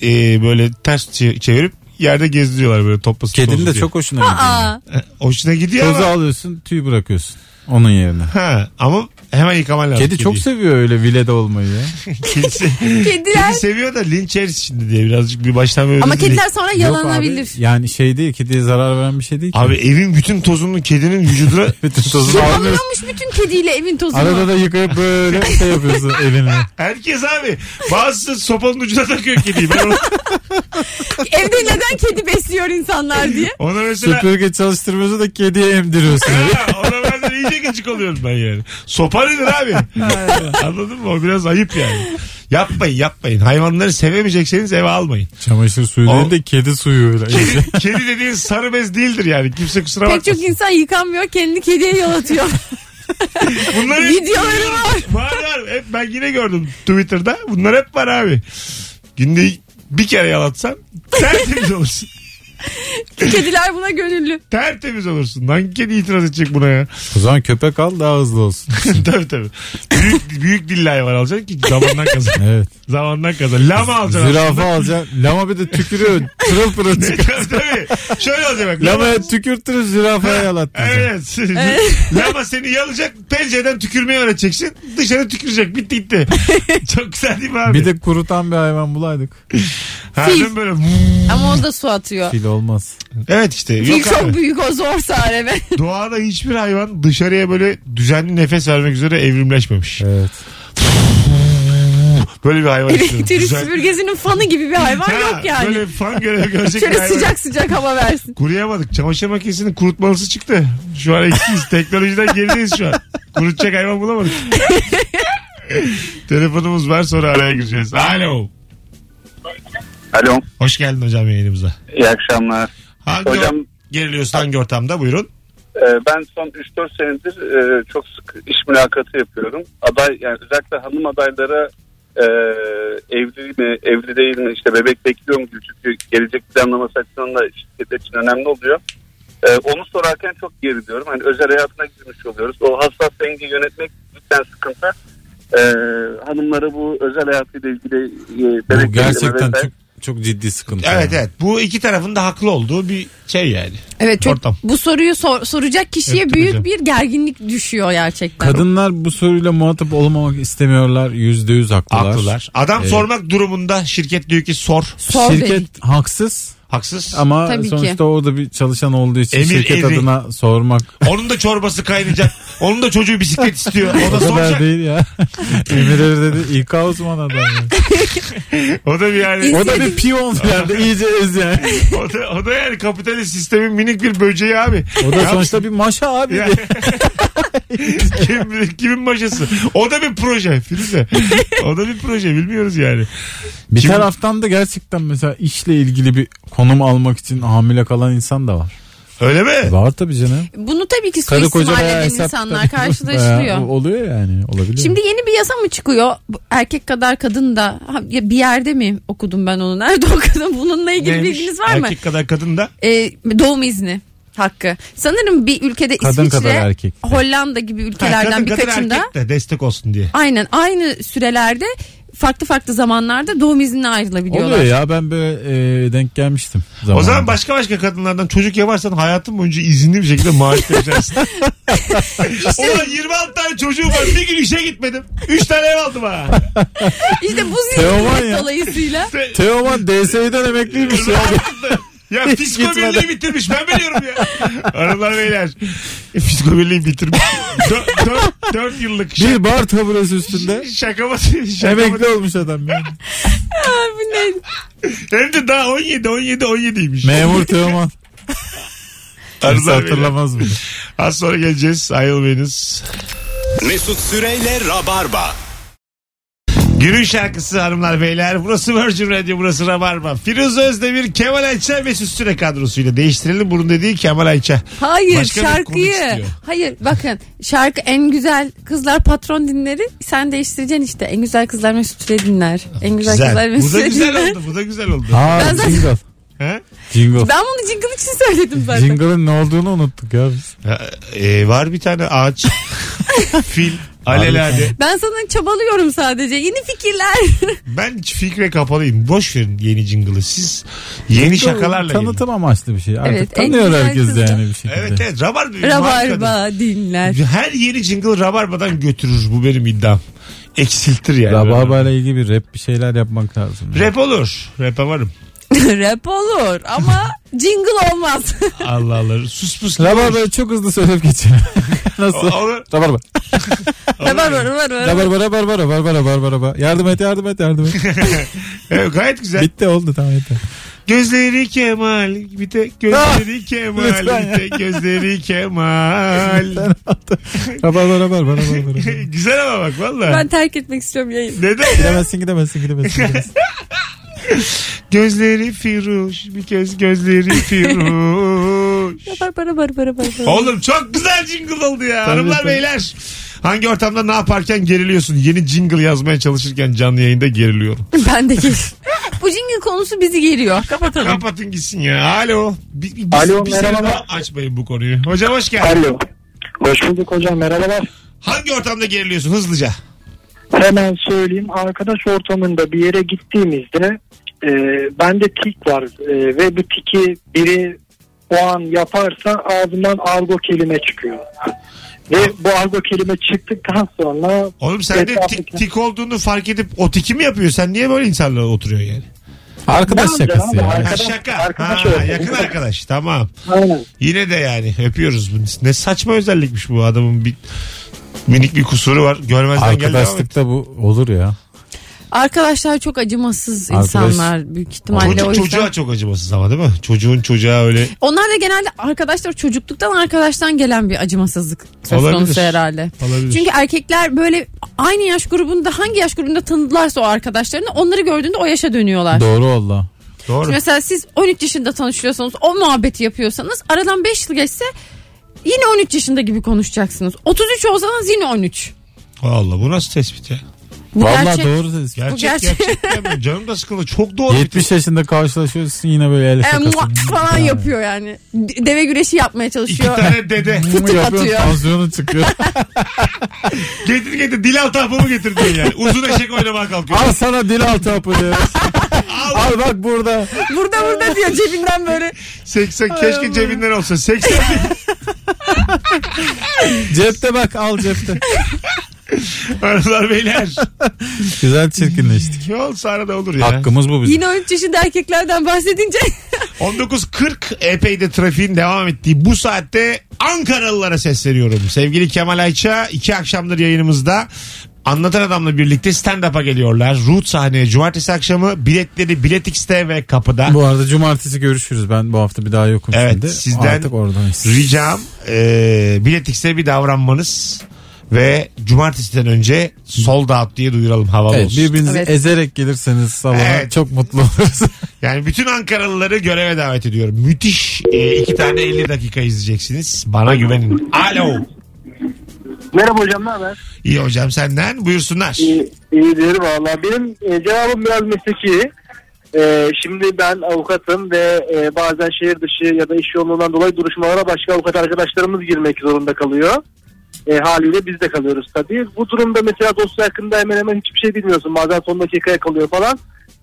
[SPEAKER 2] e, böyle ters çe- çevirip yerde gezdiriyorlar böyle toplasın.
[SPEAKER 5] Kedinin de
[SPEAKER 2] tozlu
[SPEAKER 5] çok hoşuna gidiyor.
[SPEAKER 4] Aa,
[SPEAKER 2] diye. Hoşuna gidiyor
[SPEAKER 5] Tozu
[SPEAKER 2] ama.
[SPEAKER 5] alıyorsun tüy bırakıyorsun. Onun yerine.
[SPEAKER 2] Ha, ama hemen yıkaman lazım.
[SPEAKER 5] Kedi çok
[SPEAKER 2] kediyi.
[SPEAKER 5] seviyor öyle vilede olmayı ya.
[SPEAKER 2] Kedisi-
[SPEAKER 4] kediler
[SPEAKER 2] Kedi seviyor da linç yeriz şimdi diye birazcık bir baştan böyle.
[SPEAKER 4] ama
[SPEAKER 2] dedi.
[SPEAKER 4] kediler sonra
[SPEAKER 5] Yok
[SPEAKER 4] yalanabilir.
[SPEAKER 5] abi, yani şey değil kediye zarar veren bir şey değil ki.
[SPEAKER 2] Abi evin bütün tozunu kedinin vücuduna
[SPEAKER 5] <laughs> Bütün tozunu alıyorsun.
[SPEAKER 4] Kullanıyormuş bütün kediyle evin tozunu.
[SPEAKER 5] Arada da yıkayıp böyle
[SPEAKER 2] <laughs>
[SPEAKER 5] şey yapıyorsun elinle.
[SPEAKER 2] herkes abi. Bazısı sopanın ucuna takıyor kediyi. Ben ona,
[SPEAKER 4] Evde neden kedi besliyor insanlar diye.
[SPEAKER 2] ona mesela
[SPEAKER 5] Süpürge çalıştırmıyorsun da kediye emdiriyorsun.
[SPEAKER 2] Ha, ona ben de iyice gıcık oluyorum ben yani. Sopa nedir abi? Anladın mı? O biraz ayıp yani. Yapmayın yapmayın. Hayvanları sevemeyecekseniz eve almayın.
[SPEAKER 5] Çamaşır suyu
[SPEAKER 2] O-
[SPEAKER 5] değil de kedi suyu öyle.
[SPEAKER 2] Kedi, kedi dediğin sarı bez değildir yani. Kimse kusura
[SPEAKER 4] Pek çok
[SPEAKER 2] bakmasın.
[SPEAKER 4] insan yıkanmıyor kendini kediye yalatıyor.
[SPEAKER 2] Bunlar hep-
[SPEAKER 4] Videoları var.
[SPEAKER 2] Var var. Hep ben yine gördüm Twitter'da. Bunlar hep var abi. Günde bir kere yalatsan
[SPEAKER 4] <laughs>
[SPEAKER 2] tertemiz olursun.
[SPEAKER 4] <laughs> Kediler buna gönüllü.
[SPEAKER 2] tertemiz olursun. Hangi kedi itiraz edecek buna
[SPEAKER 4] <laughs>
[SPEAKER 2] ya?
[SPEAKER 5] o zaman köpek al daha hızlı olsun.
[SPEAKER 2] tabii tabii. Büyük, büyük dilli hayvan alacaksın ki zamandan kazan.
[SPEAKER 5] Evet.
[SPEAKER 2] zamandan kazan. Lama alacaksın.
[SPEAKER 5] Zürafa alacaksın. Lama bir de tükürüyor. Pırıl
[SPEAKER 2] <laughs>
[SPEAKER 5] pırıl <laughs> çıkıyor.
[SPEAKER 2] tabii tabii. Şöyle olacak bak.
[SPEAKER 5] Lamaya tükürtürüz zürafaya yalattıracaksın.
[SPEAKER 2] Evet. <laughs> Lama seni yalacak pencereden tükürmeyi öğreteceksin. Dışarı tükürecek. Bitti gitti.
[SPEAKER 4] <laughs>
[SPEAKER 2] Çok güzel değil mi abi?
[SPEAKER 5] Bir de kurutan bir hayvan bulaydık.
[SPEAKER 2] ha,
[SPEAKER 4] Fil.
[SPEAKER 2] değil mi böyle.
[SPEAKER 4] Ama o da su atıyor.
[SPEAKER 5] Fil olmaz.
[SPEAKER 2] Evet işte.
[SPEAKER 4] Fil
[SPEAKER 2] Yok
[SPEAKER 4] çok
[SPEAKER 2] abi.
[SPEAKER 4] büyük o zor sarebe.
[SPEAKER 2] Doğada hiçbir hayvan dışarıya böyle düzenli nefes vermek üzere evrimleşmemiş.
[SPEAKER 5] Evet.
[SPEAKER 2] Böyle bir hayvan istiyorum.
[SPEAKER 4] Elektrik
[SPEAKER 2] Düzen-
[SPEAKER 4] süpürgesinin fanı gibi bir hayvan
[SPEAKER 2] Ha,
[SPEAKER 4] yok yani.
[SPEAKER 2] Böyle fan göre
[SPEAKER 4] <laughs>
[SPEAKER 2] görecek bir
[SPEAKER 4] Şöyle
[SPEAKER 2] hayvan.
[SPEAKER 4] sıcak sıcak hava versin.
[SPEAKER 2] Kuruyamadık. Çamaşır makinesinin kurutmalısı çıktı. Şu an
[SPEAKER 4] <laughs>
[SPEAKER 2] eksiyiz. Teknolojiden gerideyiz şu an. Kurutacak hayvan bulamadık. Telefonumuz var sonra araya gireceğiz. Alo.
[SPEAKER 6] Alo
[SPEAKER 2] Hoş geldin hocam yayınımıza.
[SPEAKER 6] iyi akşamlar.
[SPEAKER 2] Hangi
[SPEAKER 6] Hocam-
[SPEAKER 2] geriliyorsun hangi ortamda buyurun.
[SPEAKER 6] Ee, Ben son 3-4 senedir e, çok sık iş mülakatı yapıyorum. Aday yani özellikle hanım adaylara e, evli mi, evli değil mi, işte bebek bekliyor mu gibi çünkü gelecek planlaması açısından da şirket için önemli oluyor. E, onu sorarken çok geriliyorum. Hani özel hayatına girmiş oluyoruz. O hassas dengeyi yönetmek cidden sıkıntı. E, hanımlara bu özel hayatıyla ilgili e, bebek
[SPEAKER 5] Bu
[SPEAKER 6] bekleme
[SPEAKER 5] gerçekten
[SPEAKER 6] vesaire-
[SPEAKER 5] çok, çok ciddi sıkıntı.
[SPEAKER 2] Evet
[SPEAKER 5] yani.
[SPEAKER 2] evet bu iki tarafın da haklı olduğu bir şey yani.
[SPEAKER 4] Evet çok
[SPEAKER 2] Ortam.
[SPEAKER 4] bu soruyu sor- soracak kişiye
[SPEAKER 2] Öptüm
[SPEAKER 4] büyük
[SPEAKER 2] hocam.
[SPEAKER 4] bir gerginlik düşüyor gerçekten.
[SPEAKER 5] Kadınlar bu soruyla muhatap olamamak istemiyorlar. Yüzde yüz haklılar.
[SPEAKER 2] Haklılar. Adam
[SPEAKER 5] Evet.
[SPEAKER 2] sormak durumunda şirket diyor ki sor.
[SPEAKER 4] Sor
[SPEAKER 5] Şirket
[SPEAKER 4] dedik.
[SPEAKER 5] haksız.
[SPEAKER 2] Haksız.
[SPEAKER 5] Ama
[SPEAKER 4] Tabii ki.
[SPEAKER 5] sonuçta o da bir çalışan olduğu için
[SPEAKER 2] Emir
[SPEAKER 5] şirket
[SPEAKER 2] Eri.
[SPEAKER 5] adına sormak
[SPEAKER 2] Onun da çorbası kaynayacak. Onun da çocuğu bisiklet istiyor. O da
[SPEAKER 5] <laughs> o kadar
[SPEAKER 2] soracak.
[SPEAKER 5] değil ya. <laughs> Emir Eri dedi İK uzman
[SPEAKER 4] <laughs>
[SPEAKER 5] adam. ya.
[SPEAKER 2] O da bir yani.
[SPEAKER 5] O da bir piyon yerde iyice ez yani.
[SPEAKER 2] O da, o da yani kapitalist sistemin minik bir böceği
[SPEAKER 5] <laughs>
[SPEAKER 2] abi.
[SPEAKER 5] O da
[SPEAKER 2] Ya-
[SPEAKER 5] sonuçta bir maşa abi.
[SPEAKER 2] Ya- Kim, kimin maşası? O da bir proje Firuze. O da bir proje bilmiyoruz yani.
[SPEAKER 5] Bir
[SPEAKER 2] Kim-
[SPEAKER 5] taraftan da gerçekten mesela işle ilgili bir konum almak için hamile kalan insan da var.
[SPEAKER 2] Öyle mi?
[SPEAKER 5] Var tabii canım.
[SPEAKER 4] Bunu tabii ki
[SPEAKER 5] Karı koca
[SPEAKER 4] suistimal
[SPEAKER 5] bayağı
[SPEAKER 4] eden
[SPEAKER 5] hesap <laughs>
[SPEAKER 4] insanlar
[SPEAKER 2] <laughs>
[SPEAKER 5] Bayağı
[SPEAKER 4] karşılaşılıyor.
[SPEAKER 5] Oluyor yani olabilir.
[SPEAKER 4] Şimdi yeni bir yasa mı çıkıyor? Bu Erkek kadar kadın da Ha, ya bir yerde mi okudum ben onu? Nerede <laughs> okudum? Bununla ilgili
[SPEAKER 2] Neymiş?
[SPEAKER 4] bilginiz var mı?
[SPEAKER 2] Erkek kadar kadın da.
[SPEAKER 4] Ee, doğum izni hakkı. Sanırım bir ülkede
[SPEAKER 5] Kadın kadar
[SPEAKER 4] İsviçre,
[SPEAKER 5] erkek.
[SPEAKER 4] Hollanda gibi
[SPEAKER 2] Ha,
[SPEAKER 4] ülkelerden
[SPEAKER 2] kadın kadın
[SPEAKER 4] birkaçında
[SPEAKER 2] erkek de destek olsun diye.
[SPEAKER 4] aynen aynı sürelerde farklı farklı zamanlarda doğum iznine ayrılabiliyorlar.
[SPEAKER 5] Oluyor ya ben böyle e, denk gelmiştim.
[SPEAKER 2] O
[SPEAKER 5] zamanında.
[SPEAKER 2] zaman başka başka kadınlardan çocuk yaparsan hayatın boyunca izinli bir şekilde maaş
[SPEAKER 5] <laughs>
[SPEAKER 2] vereceksin. Ulan 26 tane çocuğum var bir gün işe gitmedim. 3 tane ev aldım ha.
[SPEAKER 4] İşte bu
[SPEAKER 5] Teoman
[SPEAKER 4] zihniyet
[SPEAKER 5] ya.
[SPEAKER 4] dolayısıyla
[SPEAKER 5] Teoman DS'den
[SPEAKER 2] <laughs>
[SPEAKER 5] emekliymiş ya.
[SPEAKER 2] Ya psikobirliği
[SPEAKER 5] şey. gitmeden.
[SPEAKER 2] bitirmiş ben biliyorum ya. Hanımlar beyler. Psikobirliği bitirmiş. 4 yıllık şaka.
[SPEAKER 5] Bir bar taburası üstünde.
[SPEAKER 2] Şaka mı? Şaka mı?
[SPEAKER 5] Emekli olmuş adam ya.
[SPEAKER 4] bu ne?
[SPEAKER 2] Hem de daha 17, 17, 17'ymiş.
[SPEAKER 5] <laughs> Memur Teoman. Kimse
[SPEAKER 2] Hanımlar beyler.
[SPEAKER 5] hatırlamaz mı?
[SPEAKER 2] Az sonra geleceğiz. Ayrılmayınız.
[SPEAKER 1] Mesut Süreyle Rabarba.
[SPEAKER 2] Günün şarkısı hanımlar beyler. Burası Virgin Radio, burası Rabarba. Firuz Özdemir, Kemal Ayça ve Süre kadrosuyla değiştirelim. Bunun dediği Kemal Ayça.
[SPEAKER 4] Hayır
[SPEAKER 2] Başka bir konuk
[SPEAKER 4] şarkıyı.
[SPEAKER 2] istiyor.
[SPEAKER 4] Hayır bakın şarkı en güzel kızlar patron dinleri. Sen değiştireceksin işte. En güzel kızlar Mesut Süre dinler. En güzel, kızlar Mesut
[SPEAKER 2] Bu da
[SPEAKER 4] Süre
[SPEAKER 2] güzel
[SPEAKER 4] dinler.
[SPEAKER 2] oldu. Bu da güzel oldu.
[SPEAKER 5] Ha
[SPEAKER 4] Ben zaten-
[SPEAKER 5] jingle.
[SPEAKER 2] Ha?
[SPEAKER 5] Jingle.
[SPEAKER 4] Ben bunu jingle için söyledim zaten.
[SPEAKER 5] Jingle'ın ne olduğunu unuttuk ya biz.
[SPEAKER 2] Ee, var bir tane
[SPEAKER 5] <laughs>
[SPEAKER 2] ağaç. Fil. Alelade.
[SPEAKER 4] Ben sana çabalıyorum sadece. Yeni fikirler.
[SPEAKER 2] Ben hiç fikre kapalıyım. Boş verin yeni jingle'ı. Siz yeni şakalarla gelin.
[SPEAKER 5] Tanıtım amaçlı bir şey. Artık
[SPEAKER 4] Evet, en
[SPEAKER 5] tanıyor
[SPEAKER 4] güzel
[SPEAKER 5] herkes
[SPEAKER 4] kızlar.
[SPEAKER 5] yani bir şekilde.
[SPEAKER 2] Evet evet. Rabarba. bir markadır.
[SPEAKER 4] Rabarba dinler.
[SPEAKER 2] Her yeni jingle rabarbadan götürür. Bu benim iddiam. Eksiltir yani.
[SPEAKER 5] Rabarba ile ilgili bir rap bir şeyler yapmak lazım.
[SPEAKER 2] Rap olur. Rap'e varım.
[SPEAKER 4] <laughs> Rap olur ama
[SPEAKER 2] <laughs>
[SPEAKER 4] jingle olmaz.
[SPEAKER 2] Allah Allah. Sus pus.
[SPEAKER 5] Rabarba çok hızlı söyleyip geçelim. <laughs>
[SPEAKER 2] O-
[SPEAKER 5] Nasıl?
[SPEAKER 2] Onu,
[SPEAKER 5] Rabarba.
[SPEAKER 4] Rabarba rabarba.
[SPEAKER 5] Rabarba rabarba rabarba rabarba rabarba. Yardım et yardım et yardım
[SPEAKER 2] <laughs>
[SPEAKER 5] et.
[SPEAKER 2] evet, gayet güzel.
[SPEAKER 5] Bitti oldu tamam yeter.
[SPEAKER 2] <laughs> Gözleri Kemal. Bir de gözleri Kemal.
[SPEAKER 5] Ah! lütfen ya.
[SPEAKER 2] Bir de gözleri Kemal.
[SPEAKER 5] Rabarba rabarba
[SPEAKER 2] <laughs>
[SPEAKER 5] rabarba. rabarba.
[SPEAKER 2] güzel ama bak valla.
[SPEAKER 4] Ben terk etmek istiyorum yayını.
[SPEAKER 2] Neden ya?
[SPEAKER 5] Gidemezsin gidemezsin gidemezsin. gidemezsin.
[SPEAKER 2] Gözleri Firuş. Bir kez gözleri
[SPEAKER 5] <laughs>
[SPEAKER 2] Firuş.
[SPEAKER 4] Rabarba rabarba rabarba.
[SPEAKER 2] Oğlum çok güzel jingle oldu ya. Hanımlar
[SPEAKER 5] tabii.
[SPEAKER 2] beyler. Hangi ortamda ne yaparken geriliyorsun? Yeni jingle yazmaya çalışırken canlı yayında geriliyorum.
[SPEAKER 4] Ben de gir. <laughs> Bu jingle konusu bizi geriyor. Kapatalım.
[SPEAKER 2] Kapatın gitsin ya. Alo. Bir, bir, bir,
[SPEAKER 8] Alo,
[SPEAKER 2] bir sene
[SPEAKER 8] merhaba.
[SPEAKER 2] daha açmayın bu konuyu. Hocam hoş geldin.
[SPEAKER 8] Alo. Hoş bulduk hocam merhabalar.
[SPEAKER 2] Hangi ortamda geriliyorsun hızlıca?
[SPEAKER 8] Hemen söyleyeyim arkadaş ortamında bir yere gittiğimizde e, bende tik var e, ve bu tiki biri o an yaparsa ağzından argo kelime çıkıyor. Ve bu argo kelime çıktıktan sonra
[SPEAKER 2] Oğlum sen de
[SPEAKER 8] Etrafı-
[SPEAKER 2] tik, tik olduğunu fark edip o tiki mi yapıyor? Sen niye böyle insanlara oturuyorsun yani?
[SPEAKER 5] Arkadaş
[SPEAKER 8] Tamam canım,
[SPEAKER 5] şakası ya.
[SPEAKER 8] arkadaş-
[SPEAKER 2] Ha, şaka.
[SPEAKER 8] arkadaş
[SPEAKER 2] ha,
[SPEAKER 8] ortamı.
[SPEAKER 2] yakın arkadaş. Tamam.
[SPEAKER 8] aynen.
[SPEAKER 2] Yine de yani öpüyoruz. Bu Ne saçma özellikmiş bu adamın bir minik bir kusuru var. Görmezden geldi ama.
[SPEAKER 5] Arkadaşlıkta bu olur ya.
[SPEAKER 4] Arkadaşlar çok acımasız
[SPEAKER 5] Arkadaş-
[SPEAKER 4] insanlar büyük ihtimalle o
[SPEAKER 2] Çocuk
[SPEAKER 4] yüzden.
[SPEAKER 2] çocuğa çok acımasız ama değil mi? Çocuğun çocuğa öyle.
[SPEAKER 4] Onlar da genelde arkadaşlar çocukluktan arkadaştan gelen bir acımasızlık söz
[SPEAKER 2] Olabilir.
[SPEAKER 4] konusu herhalde.
[SPEAKER 2] Olabilir.
[SPEAKER 4] Çünkü erkekler böyle aynı yaş grubunda hangi yaş grubunda tanıdılarsa o arkadaşlarını onları gördüğünde o yaşa dönüyorlar.
[SPEAKER 5] Doğru valla.
[SPEAKER 2] Doğru.
[SPEAKER 4] Şimdi Mesela siz 13 yaşında tanışıyorsanız o muhabbeti yapıyorsanız aradan 5 yıl geçse yine 13 yaşında gibi konuşacaksınız. 33 olsanız yine 13.
[SPEAKER 2] Allah bu nasıl tespit ya?
[SPEAKER 4] Bu
[SPEAKER 5] Valla
[SPEAKER 4] gerçek.
[SPEAKER 5] doğru. söz.
[SPEAKER 2] Gerçek gerçek.
[SPEAKER 4] gerçek.
[SPEAKER 2] deme. Canım da sıkıldı. Çok doğru. bir
[SPEAKER 5] 70 yaşında karşılaşıyorsun yine böyle el
[SPEAKER 4] E,
[SPEAKER 5] şakası.
[SPEAKER 4] muak falan
[SPEAKER 5] Yani. <laughs>
[SPEAKER 4] yapıyor yani. De- Deve güreşi yapmaya
[SPEAKER 2] İki
[SPEAKER 4] çalışıyor.
[SPEAKER 2] tane dede.
[SPEAKER 5] Mum yapıyorsun,
[SPEAKER 4] atıyor.
[SPEAKER 5] Tansiyonu çıkıyor.
[SPEAKER 4] <laughs>
[SPEAKER 2] getir getir. Dil altı hapımı getirdin yani. Uzun eşek oynamaya kalkıyor.
[SPEAKER 5] Al sana dil altı hapı
[SPEAKER 2] <laughs>
[SPEAKER 5] diyor. Al bak burada.
[SPEAKER 4] burada burada diyor cebinden böyle.
[SPEAKER 2] 80 keşke cebinden olsa. 80
[SPEAKER 5] Cepte bak al cepte.
[SPEAKER 2] Hanımlar beyler.
[SPEAKER 5] Güzel çirkinleştik.
[SPEAKER 2] Yol sarı da olur <laughs> ya.
[SPEAKER 5] Hakkımız bu
[SPEAKER 2] <laughs>
[SPEAKER 5] bizim.
[SPEAKER 4] Yine 13 yaşında erkeklerden bahsedince
[SPEAKER 2] 19.40 epey de trafiğin devam ettiği bu saatte Ankaralılara sesleniyorum. Sevgili Kemal Ayça iki akşamdır yayınımızda. Anlatan Adam'la birlikte stand-up'a geliyorlar. Root sahneye cumartesi akşamı biletleri Bilet X'te ve kapıda.
[SPEAKER 5] Bu arada cumartesi görüşürüz. Ben bu hafta bir daha yokum
[SPEAKER 2] Evet,
[SPEAKER 5] şimdi.
[SPEAKER 2] sizden
[SPEAKER 5] Artık oradanız.
[SPEAKER 2] Ricam e, Bilet X'te bir davranmanız ve cumartesiden önce sold out diye duyuralım havalı
[SPEAKER 5] Evet,
[SPEAKER 2] olsun.
[SPEAKER 5] birbirinizi
[SPEAKER 4] Evet.
[SPEAKER 5] ezerek gelirseniz sabaha
[SPEAKER 2] Evet.
[SPEAKER 5] çok
[SPEAKER 2] <laughs>
[SPEAKER 5] mutlu oluruz.
[SPEAKER 2] Yani bütün Ankaralıları göreve davet ediyorum. Müthiş e, iki tane 50 dakika izleyeceksiniz. Bana güvenin. Alo.
[SPEAKER 8] Merhaba hocam ne haber?
[SPEAKER 2] İyi hocam senden buyursunlar.
[SPEAKER 8] İyi, iyidir valla. Benim e, cevabım biraz mesleki. E, şimdi ben avukatım ve e, bazen şehir dışı ya da iş yoğunluğundan dolayı duruşmalara başka avukat arkadaşlarımız girmek zorunda kalıyor. E, haliyle biz de kalıyoruz tabii. Bu durumda mesela dosya hakkında hemen hemen hiçbir şey bilmiyorsun. Bazen son dakikaya kalıyor falan.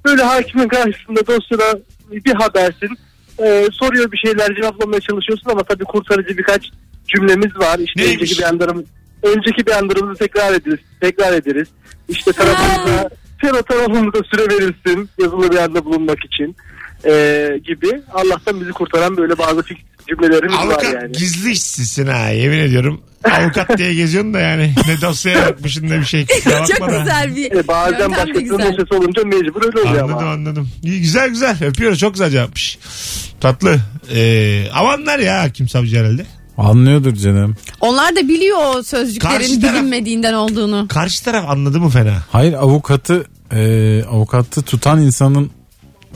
[SPEAKER 8] Böyle hakimin karşısında dosyada bir habersin. E, soruyor bir şeyler cevaplamaya çalışıyorsun ama tabii kurtarıcı birkaç cümlemiz var. İşte
[SPEAKER 2] Neymiş?
[SPEAKER 8] önceki beyanlarım- önceki beyanlarımızı tekrar ederiz. Tekrar ederiz. İşte tarafımıza, sera tarafımıza süre verilsin yazılı bir yerde bulunmak için Ee, gibi. Allah'tan bizi kurtaran böyle bazı fix cümlelerimiz var
[SPEAKER 2] Avukat
[SPEAKER 8] yani.
[SPEAKER 2] gizli işsizsin ha yemin ediyorum. Avukat diye geziyorsun da yani <laughs> ne dosyaya bakmışsın ne bir şey. Kusura
[SPEAKER 4] Çok
[SPEAKER 2] bakma da.
[SPEAKER 4] güzel bir
[SPEAKER 8] Ee, bazen
[SPEAKER 4] yöntem de
[SPEAKER 8] başkasının
[SPEAKER 4] güzel.
[SPEAKER 8] dosyası olunca mecbur öyle oluyor
[SPEAKER 2] Anladım
[SPEAKER 8] ama.
[SPEAKER 2] anladım. İyi, güzel güzel öpüyoruz çok güzel cevapmış. Tatlı. Ee, avanlar ya hakim savcı herhalde.
[SPEAKER 5] Anlıyordur canım.
[SPEAKER 4] Onlar da biliyor o sözcüklerin
[SPEAKER 2] Karşı taraf-
[SPEAKER 4] bilinmediğinden olduğunu.
[SPEAKER 2] Karşı taraf anladı mı fena?
[SPEAKER 5] Hayır avukatı e, avukatı tutan insanın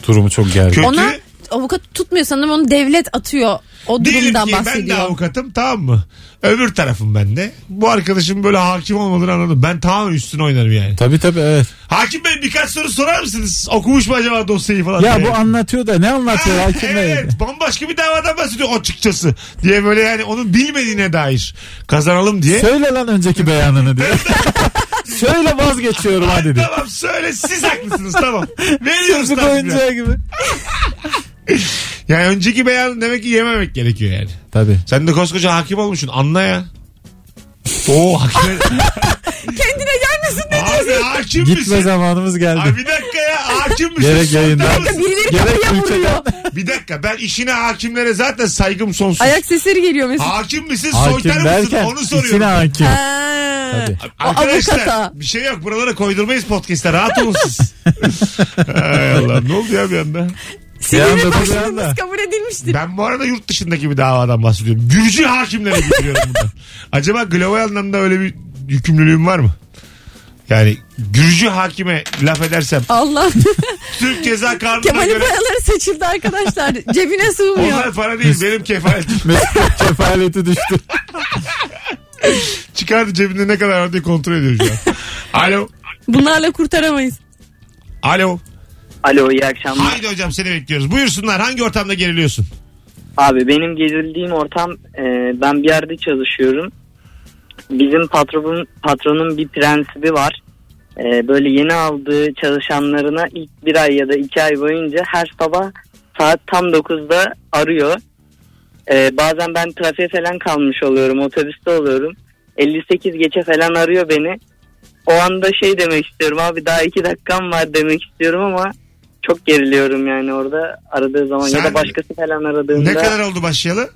[SPEAKER 5] durumu çok gergin.
[SPEAKER 2] Kötü.
[SPEAKER 4] Ona avukat tutmuyor sanırım onu devlet atıyor. O
[SPEAKER 2] Diyelim
[SPEAKER 4] durumdan
[SPEAKER 2] ki ben de
[SPEAKER 4] bahsediyor.
[SPEAKER 2] avukatım tamam mı? Öbür tarafım ben de. Bu arkadaşım böyle hakim olmadığını anladım. Ben tamamen üstüne oynarım yani.
[SPEAKER 5] Tabii tabii evet.
[SPEAKER 2] Hakim Bey birkaç soru sorar mısınız? Okumuş mu acaba dosyayı falan
[SPEAKER 5] Ya
[SPEAKER 2] diye.
[SPEAKER 5] bu anlatıyor da ne anlatıyor
[SPEAKER 2] Ha,
[SPEAKER 5] hakim bey?
[SPEAKER 2] Evet bambaşka bir davadan bahsediyor açıkçası diye böyle yani onun bilmediğine dair kazanalım diye.
[SPEAKER 5] Söyle lan önceki beyanını diyor. <laughs> Söyle vazgeçiyorum hadi diyor.
[SPEAKER 2] Tamam söyle siz haklısınız
[SPEAKER 5] <laughs>
[SPEAKER 2] tamam. Veriyoruz
[SPEAKER 5] Çocuk
[SPEAKER 2] tabii.
[SPEAKER 5] oyuncağı gibi.
[SPEAKER 2] Yani önceki beyanı demek ki yememek gerekiyor yani.
[SPEAKER 5] Tabii.
[SPEAKER 2] Sen de koskoca hakim olmuşsun anla ya. Oo hakim.
[SPEAKER 4] Kendine gelmesin de.
[SPEAKER 2] Abi hakim
[SPEAKER 5] Gitme
[SPEAKER 2] misin?
[SPEAKER 5] zamanımız
[SPEAKER 2] Abi
[SPEAKER 5] geldi.
[SPEAKER 2] bir dakika ya hakim misin?
[SPEAKER 5] Gerek yayında.
[SPEAKER 2] Sultan mısın?
[SPEAKER 4] Birileri
[SPEAKER 5] Gerek
[SPEAKER 4] kapıya
[SPEAKER 5] ülkede.
[SPEAKER 4] vuruyor.
[SPEAKER 2] Bir dakika ben işine hakimlere zaten saygım sonsuz.
[SPEAKER 4] Ayak sesleri geliyor mesela.
[SPEAKER 2] Hakim misin soytar
[SPEAKER 5] Hakim
[SPEAKER 2] mısın
[SPEAKER 5] derken
[SPEAKER 2] onu
[SPEAKER 5] içine
[SPEAKER 2] soruyorum.
[SPEAKER 5] hakim.
[SPEAKER 4] Ha.
[SPEAKER 5] Tabii.
[SPEAKER 4] O
[SPEAKER 2] Arkadaşlar
[SPEAKER 4] avukata.
[SPEAKER 2] bir şey yok buralara koydurmayız podcast'te rahat olun
[SPEAKER 5] <laughs>
[SPEAKER 2] siz. Hay Allah ne oldu ya bir anda?
[SPEAKER 5] Bir
[SPEAKER 4] Sizinle
[SPEAKER 5] anda, bir
[SPEAKER 4] başladığımız
[SPEAKER 5] anda.
[SPEAKER 4] kabul edilmiştir.
[SPEAKER 2] Ben bu arada yurt dışındaki bir davadan bahsediyorum. Gürcü hakimlere gidiyorum buradan. Acaba global anlamda öyle bir yükümlülüğüm var mı? Yani Gürcü hakime laf edersem
[SPEAKER 4] Allah.
[SPEAKER 2] Türk ceza kanununa
[SPEAKER 4] Kemal'in
[SPEAKER 2] göre
[SPEAKER 4] paraları saçıldı arkadaşlar. Cebine sığmıyor.
[SPEAKER 2] onlar para değil benim kefaletim.
[SPEAKER 5] Mesut kefaleti düştü.
[SPEAKER 2] Çıkardı cebinde ne kadar var diye kontrol ediyor şu an. <laughs> Alo.
[SPEAKER 4] Bunlarla kurtaramayız.
[SPEAKER 2] Alo.
[SPEAKER 9] Alo iyi akşamlar.
[SPEAKER 2] Haydi hocam seni bekliyoruz. Buyursunlar hangi ortamda geriliyorsun?
[SPEAKER 9] Abi benim gezildiğim ortam e, ben bir yerde çalışıyorum. Bizim patronun patronun bir prensibi var. E, böyle yeni aldığı çalışanlarına ilk bir ay ya da iki ay boyunca her sabah saat tam 9'da arıyor. E, bazen ben trafiğe falan kalmış oluyorum otobüste oluyorum. 58 geçe falan arıyor beni. O anda şey demek istiyorum abi daha iki dakikam var demek istiyorum ama çok geriliyorum yani orada aradığı zaman ya
[SPEAKER 2] Sen-
[SPEAKER 9] da başkası falan aradığında.
[SPEAKER 2] Ne kadar oldu başlayalı?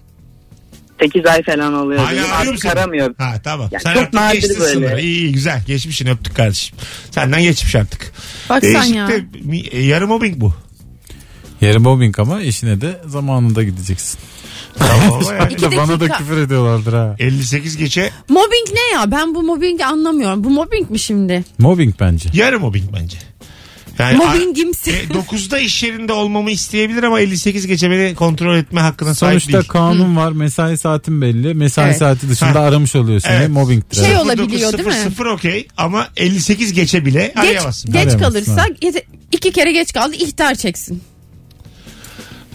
[SPEAKER 9] 8 ay falan oluyor.
[SPEAKER 2] Hala
[SPEAKER 9] dedim.
[SPEAKER 2] arıyor
[SPEAKER 9] Artık
[SPEAKER 2] musun?
[SPEAKER 9] aramıyor.
[SPEAKER 2] Ha tamam.
[SPEAKER 9] Yani
[SPEAKER 2] Sen
[SPEAKER 9] çok
[SPEAKER 2] artık
[SPEAKER 9] nadir
[SPEAKER 2] geçtin
[SPEAKER 9] böyle.
[SPEAKER 2] sınırı. İyi iyi, güzel. Geçmişsin öptük kardeşim. Senden geçmiş artık.
[SPEAKER 4] Bak sen
[SPEAKER 2] Değişik
[SPEAKER 4] ya.
[SPEAKER 2] de mi- e, yarım mobbing bu.
[SPEAKER 5] Yarın mobbing ama işine de zamanında gideceksin.
[SPEAKER 2] Tamam ama yani.
[SPEAKER 4] dakika.
[SPEAKER 5] Bana da küfür ediyorlardır ha.
[SPEAKER 2] 58 geçe
[SPEAKER 4] Mobbing ne ya? Ben bu mobbingi anlamıyorum. Bu mobbing mi şimdi?
[SPEAKER 5] Mobbing bence.
[SPEAKER 2] yarım mobbing bence. Yani
[SPEAKER 4] Mobbingimsi.
[SPEAKER 2] a- e, 9'da iş yerinde olmamı isteyebilir ama 58 geçe beni kontrol etme hakkına sahip
[SPEAKER 5] Sonuçta
[SPEAKER 2] değil.
[SPEAKER 5] kanun var. Mesai saatin belli. Mesai
[SPEAKER 4] Evet.
[SPEAKER 5] saati dışında
[SPEAKER 2] Ha.
[SPEAKER 5] aramış oluyor seni.
[SPEAKER 2] Evet.
[SPEAKER 5] Mobbingdir.
[SPEAKER 4] Şey
[SPEAKER 5] evet.
[SPEAKER 4] olabiliyor, değil mi?
[SPEAKER 2] 0 okey ama 58 geçe bile
[SPEAKER 4] Geç,
[SPEAKER 2] arayamazsın.
[SPEAKER 4] geç
[SPEAKER 5] Arayamazsın,
[SPEAKER 4] kalırsa
[SPEAKER 5] ha.
[SPEAKER 4] yete- iki kere geç kaldı ihtar çeksin.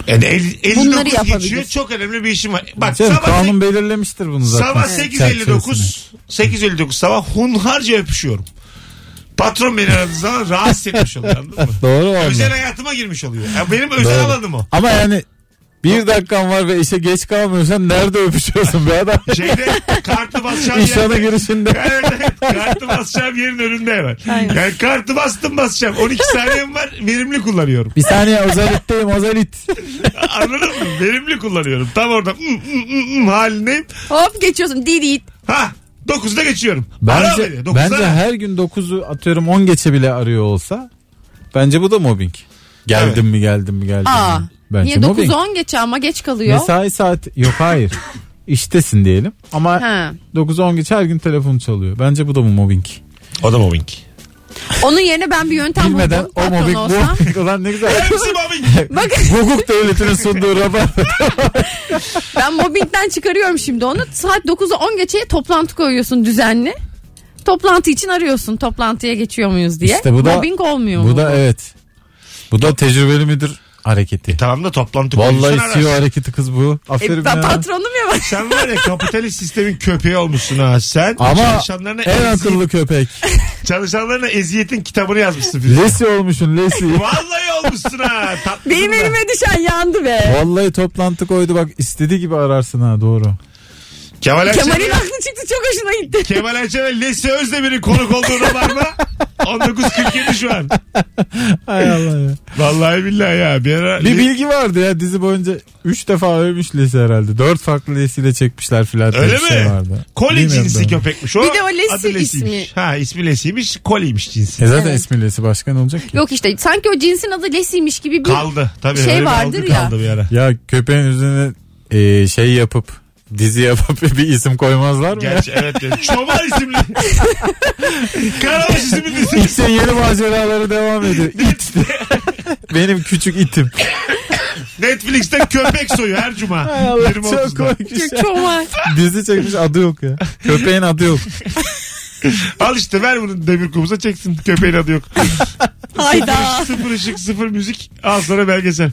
[SPEAKER 2] Yani el- 59
[SPEAKER 4] Bunları
[SPEAKER 2] geçiyor
[SPEAKER 4] yapabilir.
[SPEAKER 2] çok önemli bir işim var. Bak
[SPEAKER 5] Canım,
[SPEAKER 2] sabah,
[SPEAKER 5] kanun belirlemiştir bunu zaten.
[SPEAKER 2] sabah
[SPEAKER 5] Evet.
[SPEAKER 2] 8.59 8.59 sabah hunharca öpüşüyorum. Patron beni aradığı zaman rahatsız etmiş oluyor anladın mı?
[SPEAKER 5] <laughs> Doğru oldu.
[SPEAKER 2] Özel hayatıma girmiş oluyor. Ya benim özel
[SPEAKER 5] Doğru.
[SPEAKER 2] alanım o.
[SPEAKER 5] Ama yani Bir dakikan var ve işe geç kalmıyorsan nerede öpüşüyorsun be
[SPEAKER 4] <laughs>
[SPEAKER 5] adam?
[SPEAKER 2] Şeyde kartı basacağım
[SPEAKER 5] İşhane
[SPEAKER 2] yerde.
[SPEAKER 5] girişinde.
[SPEAKER 2] Evet, evet. kartı basacağım yerin önünde hemen. Yani kartı bastım basacağım. 12 saniyem var verimli kullanıyorum.
[SPEAKER 5] Bir saniye ozalitteyim ozalit.
[SPEAKER 2] <laughs> Anladın mı? Verimli kullanıyorum. Tam orada mm, mm, mm, mm halindeyim.
[SPEAKER 4] Hop geçiyorsun. Didit.
[SPEAKER 2] Ha 9'da geçiyorum. Ara beni,
[SPEAKER 5] Bence,
[SPEAKER 2] 9'da
[SPEAKER 5] bence
[SPEAKER 2] ara.
[SPEAKER 5] her gün 9'u atıyorum 10 geçe bile arıyor olsa bence bu da mobbing. Geldim
[SPEAKER 2] Evet.
[SPEAKER 5] mi geldim mi geldim
[SPEAKER 4] Aa.
[SPEAKER 5] mi? Bence
[SPEAKER 4] Niye 9-10 geç ama geç kalıyor.
[SPEAKER 5] Mesai saat yok hayır. İştesin diyelim ama
[SPEAKER 4] Ha.
[SPEAKER 5] 9-10 geç her gün telefon çalıyor. Bence bu da mı mobbing?
[SPEAKER 2] O da mobbing.
[SPEAKER 4] Onun yerine ben bir yöntem
[SPEAKER 5] Bilmeden
[SPEAKER 4] buldum.
[SPEAKER 5] o
[SPEAKER 4] Patron
[SPEAKER 5] mobbing bu
[SPEAKER 4] olsam.
[SPEAKER 5] mobbing. Ulan ne
[SPEAKER 2] <laughs>
[SPEAKER 5] güzel.
[SPEAKER 2] Hepsi mobbing.
[SPEAKER 5] <laughs>
[SPEAKER 4] Bak
[SPEAKER 5] Hukuk devletinin sunduğu rabar.
[SPEAKER 4] ben mobbingden çıkarıyorum şimdi onu. Saat 9'a 10 geçeye toplantı koyuyorsun düzenli. Toplantı için arıyorsun toplantıya geçiyor muyuz diye.
[SPEAKER 5] İşte bu da-
[SPEAKER 4] mobbing olmuyor mu? E,
[SPEAKER 5] bu da evet. Bu da tecrübeli müdür hareketi.
[SPEAKER 2] Tamam da toplantı koyuyorsun,
[SPEAKER 5] Vallahi
[SPEAKER 2] ararsın.
[SPEAKER 5] CEO hareketi kız bu. Aferin
[SPEAKER 4] E, ben
[SPEAKER 5] ya.
[SPEAKER 4] patronum ya <laughs> ben.
[SPEAKER 2] Sen var ya kapitalist sistemin köpeği olmuşsun ha sen.
[SPEAKER 5] Ama
[SPEAKER 2] çalışanlarına,
[SPEAKER 5] en
[SPEAKER 2] eziyet-
[SPEAKER 5] akıllı köpek.
[SPEAKER 2] <laughs> çalışanlarına eziyetin kitabını yazmışsın. Firuze.
[SPEAKER 5] Lesi olmuşsun
[SPEAKER 2] <laughs>
[SPEAKER 5] lesi.
[SPEAKER 2] Vallahi olmuşsun ha. Tatlısın
[SPEAKER 4] Benim
[SPEAKER 2] da.
[SPEAKER 4] elime düşen yandı be.
[SPEAKER 5] Vallahi toplantı koydu bak istediği gibi ararsın ha doğru.
[SPEAKER 2] Kemal Erçel.
[SPEAKER 4] Kemal'in aklı çıktı çok hoşuna gitti.
[SPEAKER 2] Kemal Erçel ve Lesi Özdemir'in konuk olduğuna var
[SPEAKER 5] <laughs>
[SPEAKER 2] mı? 19.47 şu an. <laughs>
[SPEAKER 5] Hay Allah ya.
[SPEAKER 2] Vallahi billahi ya. Bir ara
[SPEAKER 5] Bir bilgi vardı ya dizi boyunca 3 defa ölmüş lesi herhalde. 4 farklı lesiyle çekmişler filan. diye
[SPEAKER 2] Öyle
[SPEAKER 5] bir Şey
[SPEAKER 2] mi?
[SPEAKER 5] vardı.
[SPEAKER 2] Koli
[SPEAKER 5] Bilmiyorum
[SPEAKER 2] cinsi
[SPEAKER 5] ben.
[SPEAKER 2] köpekmiş o.
[SPEAKER 4] Bir de o Lesi
[SPEAKER 2] adı Lesi'ymiş.
[SPEAKER 4] ismi.
[SPEAKER 2] Ha ismi Lesi'ymiş. Koliymiş cinsi.
[SPEAKER 5] E zaten
[SPEAKER 4] Evet.
[SPEAKER 5] ismi lesi başka ne olacak ki?
[SPEAKER 4] Yok işte sanki o cinsin adı Lesi'ymiş gibi bir
[SPEAKER 2] Kaldı. Tabii
[SPEAKER 4] Şey
[SPEAKER 2] öyle bir
[SPEAKER 4] vardır
[SPEAKER 2] algı
[SPEAKER 4] ya.
[SPEAKER 2] Kaldı bir ara.
[SPEAKER 5] Ya köpeğin üzerine e, şey yapıp dizi yapıp <laughs> bir isim koymazlar mı? ya?
[SPEAKER 2] Gerçi evet.
[SPEAKER 4] <laughs>
[SPEAKER 2] evet. Çoban isimli. <laughs> Karabaş isimli dizisi.
[SPEAKER 5] <laughs> İşte yeni maceraları
[SPEAKER 2] <laughs>
[SPEAKER 5] devam ediyor. İt. <laughs> Benim küçük itim.
[SPEAKER 2] Netflix'te köpek soyu her cuma.
[SPEAKER 5] Hay Allah
[SPEAKER 2] 20.30'da.
[SPEAKER 5] çok komik iş ya.
[SPEAKER 4] çok var.
[SPEAKER 5] Dizi çekmiş adı yok ya. Köpeğin adı yok.
[SPEAKER 2] Al işte ver bunu demir kumuza çeksin. Köpeğin adı yok. <laughs>
[SPEAKER 4] Hayda.
[SPEAKER 2] sıfır ışık sıfır müzik. Al sana belgesel.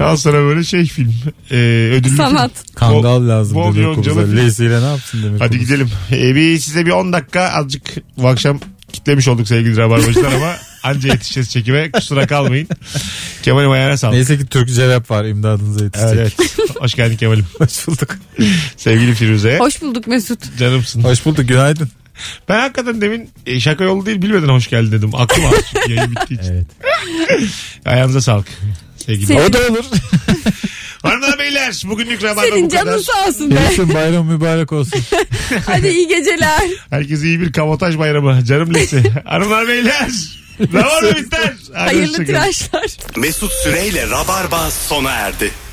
[SPEAKER 2] Al sana böyle şey film. Ee, ödüllü
[SPEAKER 4] Sanat.
[SPEAKER 2] film.
[SPEAKER 5] Kangal lazım
[SPEAKER 2] bol
[SPEAKER 5] Demir
[SPEAKER 2] yoncalı
[SPEAKER 5] Kubuz'a.
[SPEAKER 2] film.
[SPEAKER 5] Lesiyle ne yapsın Demir
[SPEAKER 2] Hadi
[SPEAKER 5] Kubuz?
[SPEAKER 2] gidelim. Ee, bir, size bir 10 dakika azıcık bu akşam kitlemiş olduk sevgili Rabarbacılar
[SPEAKER 4] <laughs>
[SPEAKER 2] ama anca yetişeceğiz çekime. Kusura kalmayın. Kemal'im ayağına sağlık.
[SPEAKER 5] Neyse ki Türkçe rap var imdadınıza yetişecek.
[SPEAKER 2] Evet,
[SPEAKER 4] <laughs>
[SPEAKER 2] evet. Hoş geldin Kemal'im.
[SPEAKER 5] Hoş bulduk.
[SPEAKER 2] Sevgili Firuze.
[SPEAKER 4] Hoş bulduk Mesut.
[SPEAKER 2] Canımsın.
[SPEAKER 5] Hoş bulduk günaydın.
[SPEAKER 2] Ben hakikaten demin e, şaka yolu değil bilmeden hoş geldin dedim. Aklım ağrıdı çünkü
[SPEAKER 4] <laughs>
[SPEAKER 2] yayın bittiği için.
[SPEAKER 5] Evet.
[SPEAKER 2] Ayağınıza sağlık. Sevgili.
[SPEAKER 4] Senin-
[SPEAKER 5] O da olur.
[SPEAKER 2] Hanımlar beyler bugünlük Rabarba
[SPEAKER 4] Senin
[SPEAKER 2] bu kadar.
[SPEAKER 4] canın sağ olsun
[SPEAKER 5] <laughs>
[SPEAKER 4] be.
[SPEAKER 5] Gelsin bayram mübarek olsun.
[SPEAKER 4] Hadi iyi geceler.
[SPEAKER 2] Herkese iyi bir kabotaj bayramı. Canım
[SPEAKER 4] <laughs>
[SPEAKER 2] lesi. Hanımlar beyler. Rabarba biter. Hadi
[SPEAKER 4] Hayırlı
[SPEAKER 2] hoşçakalın.
[SPEAKER 4] tıraşlar.
[SPEAKER 1] Mesut Süreyle Rabarba sona erdi.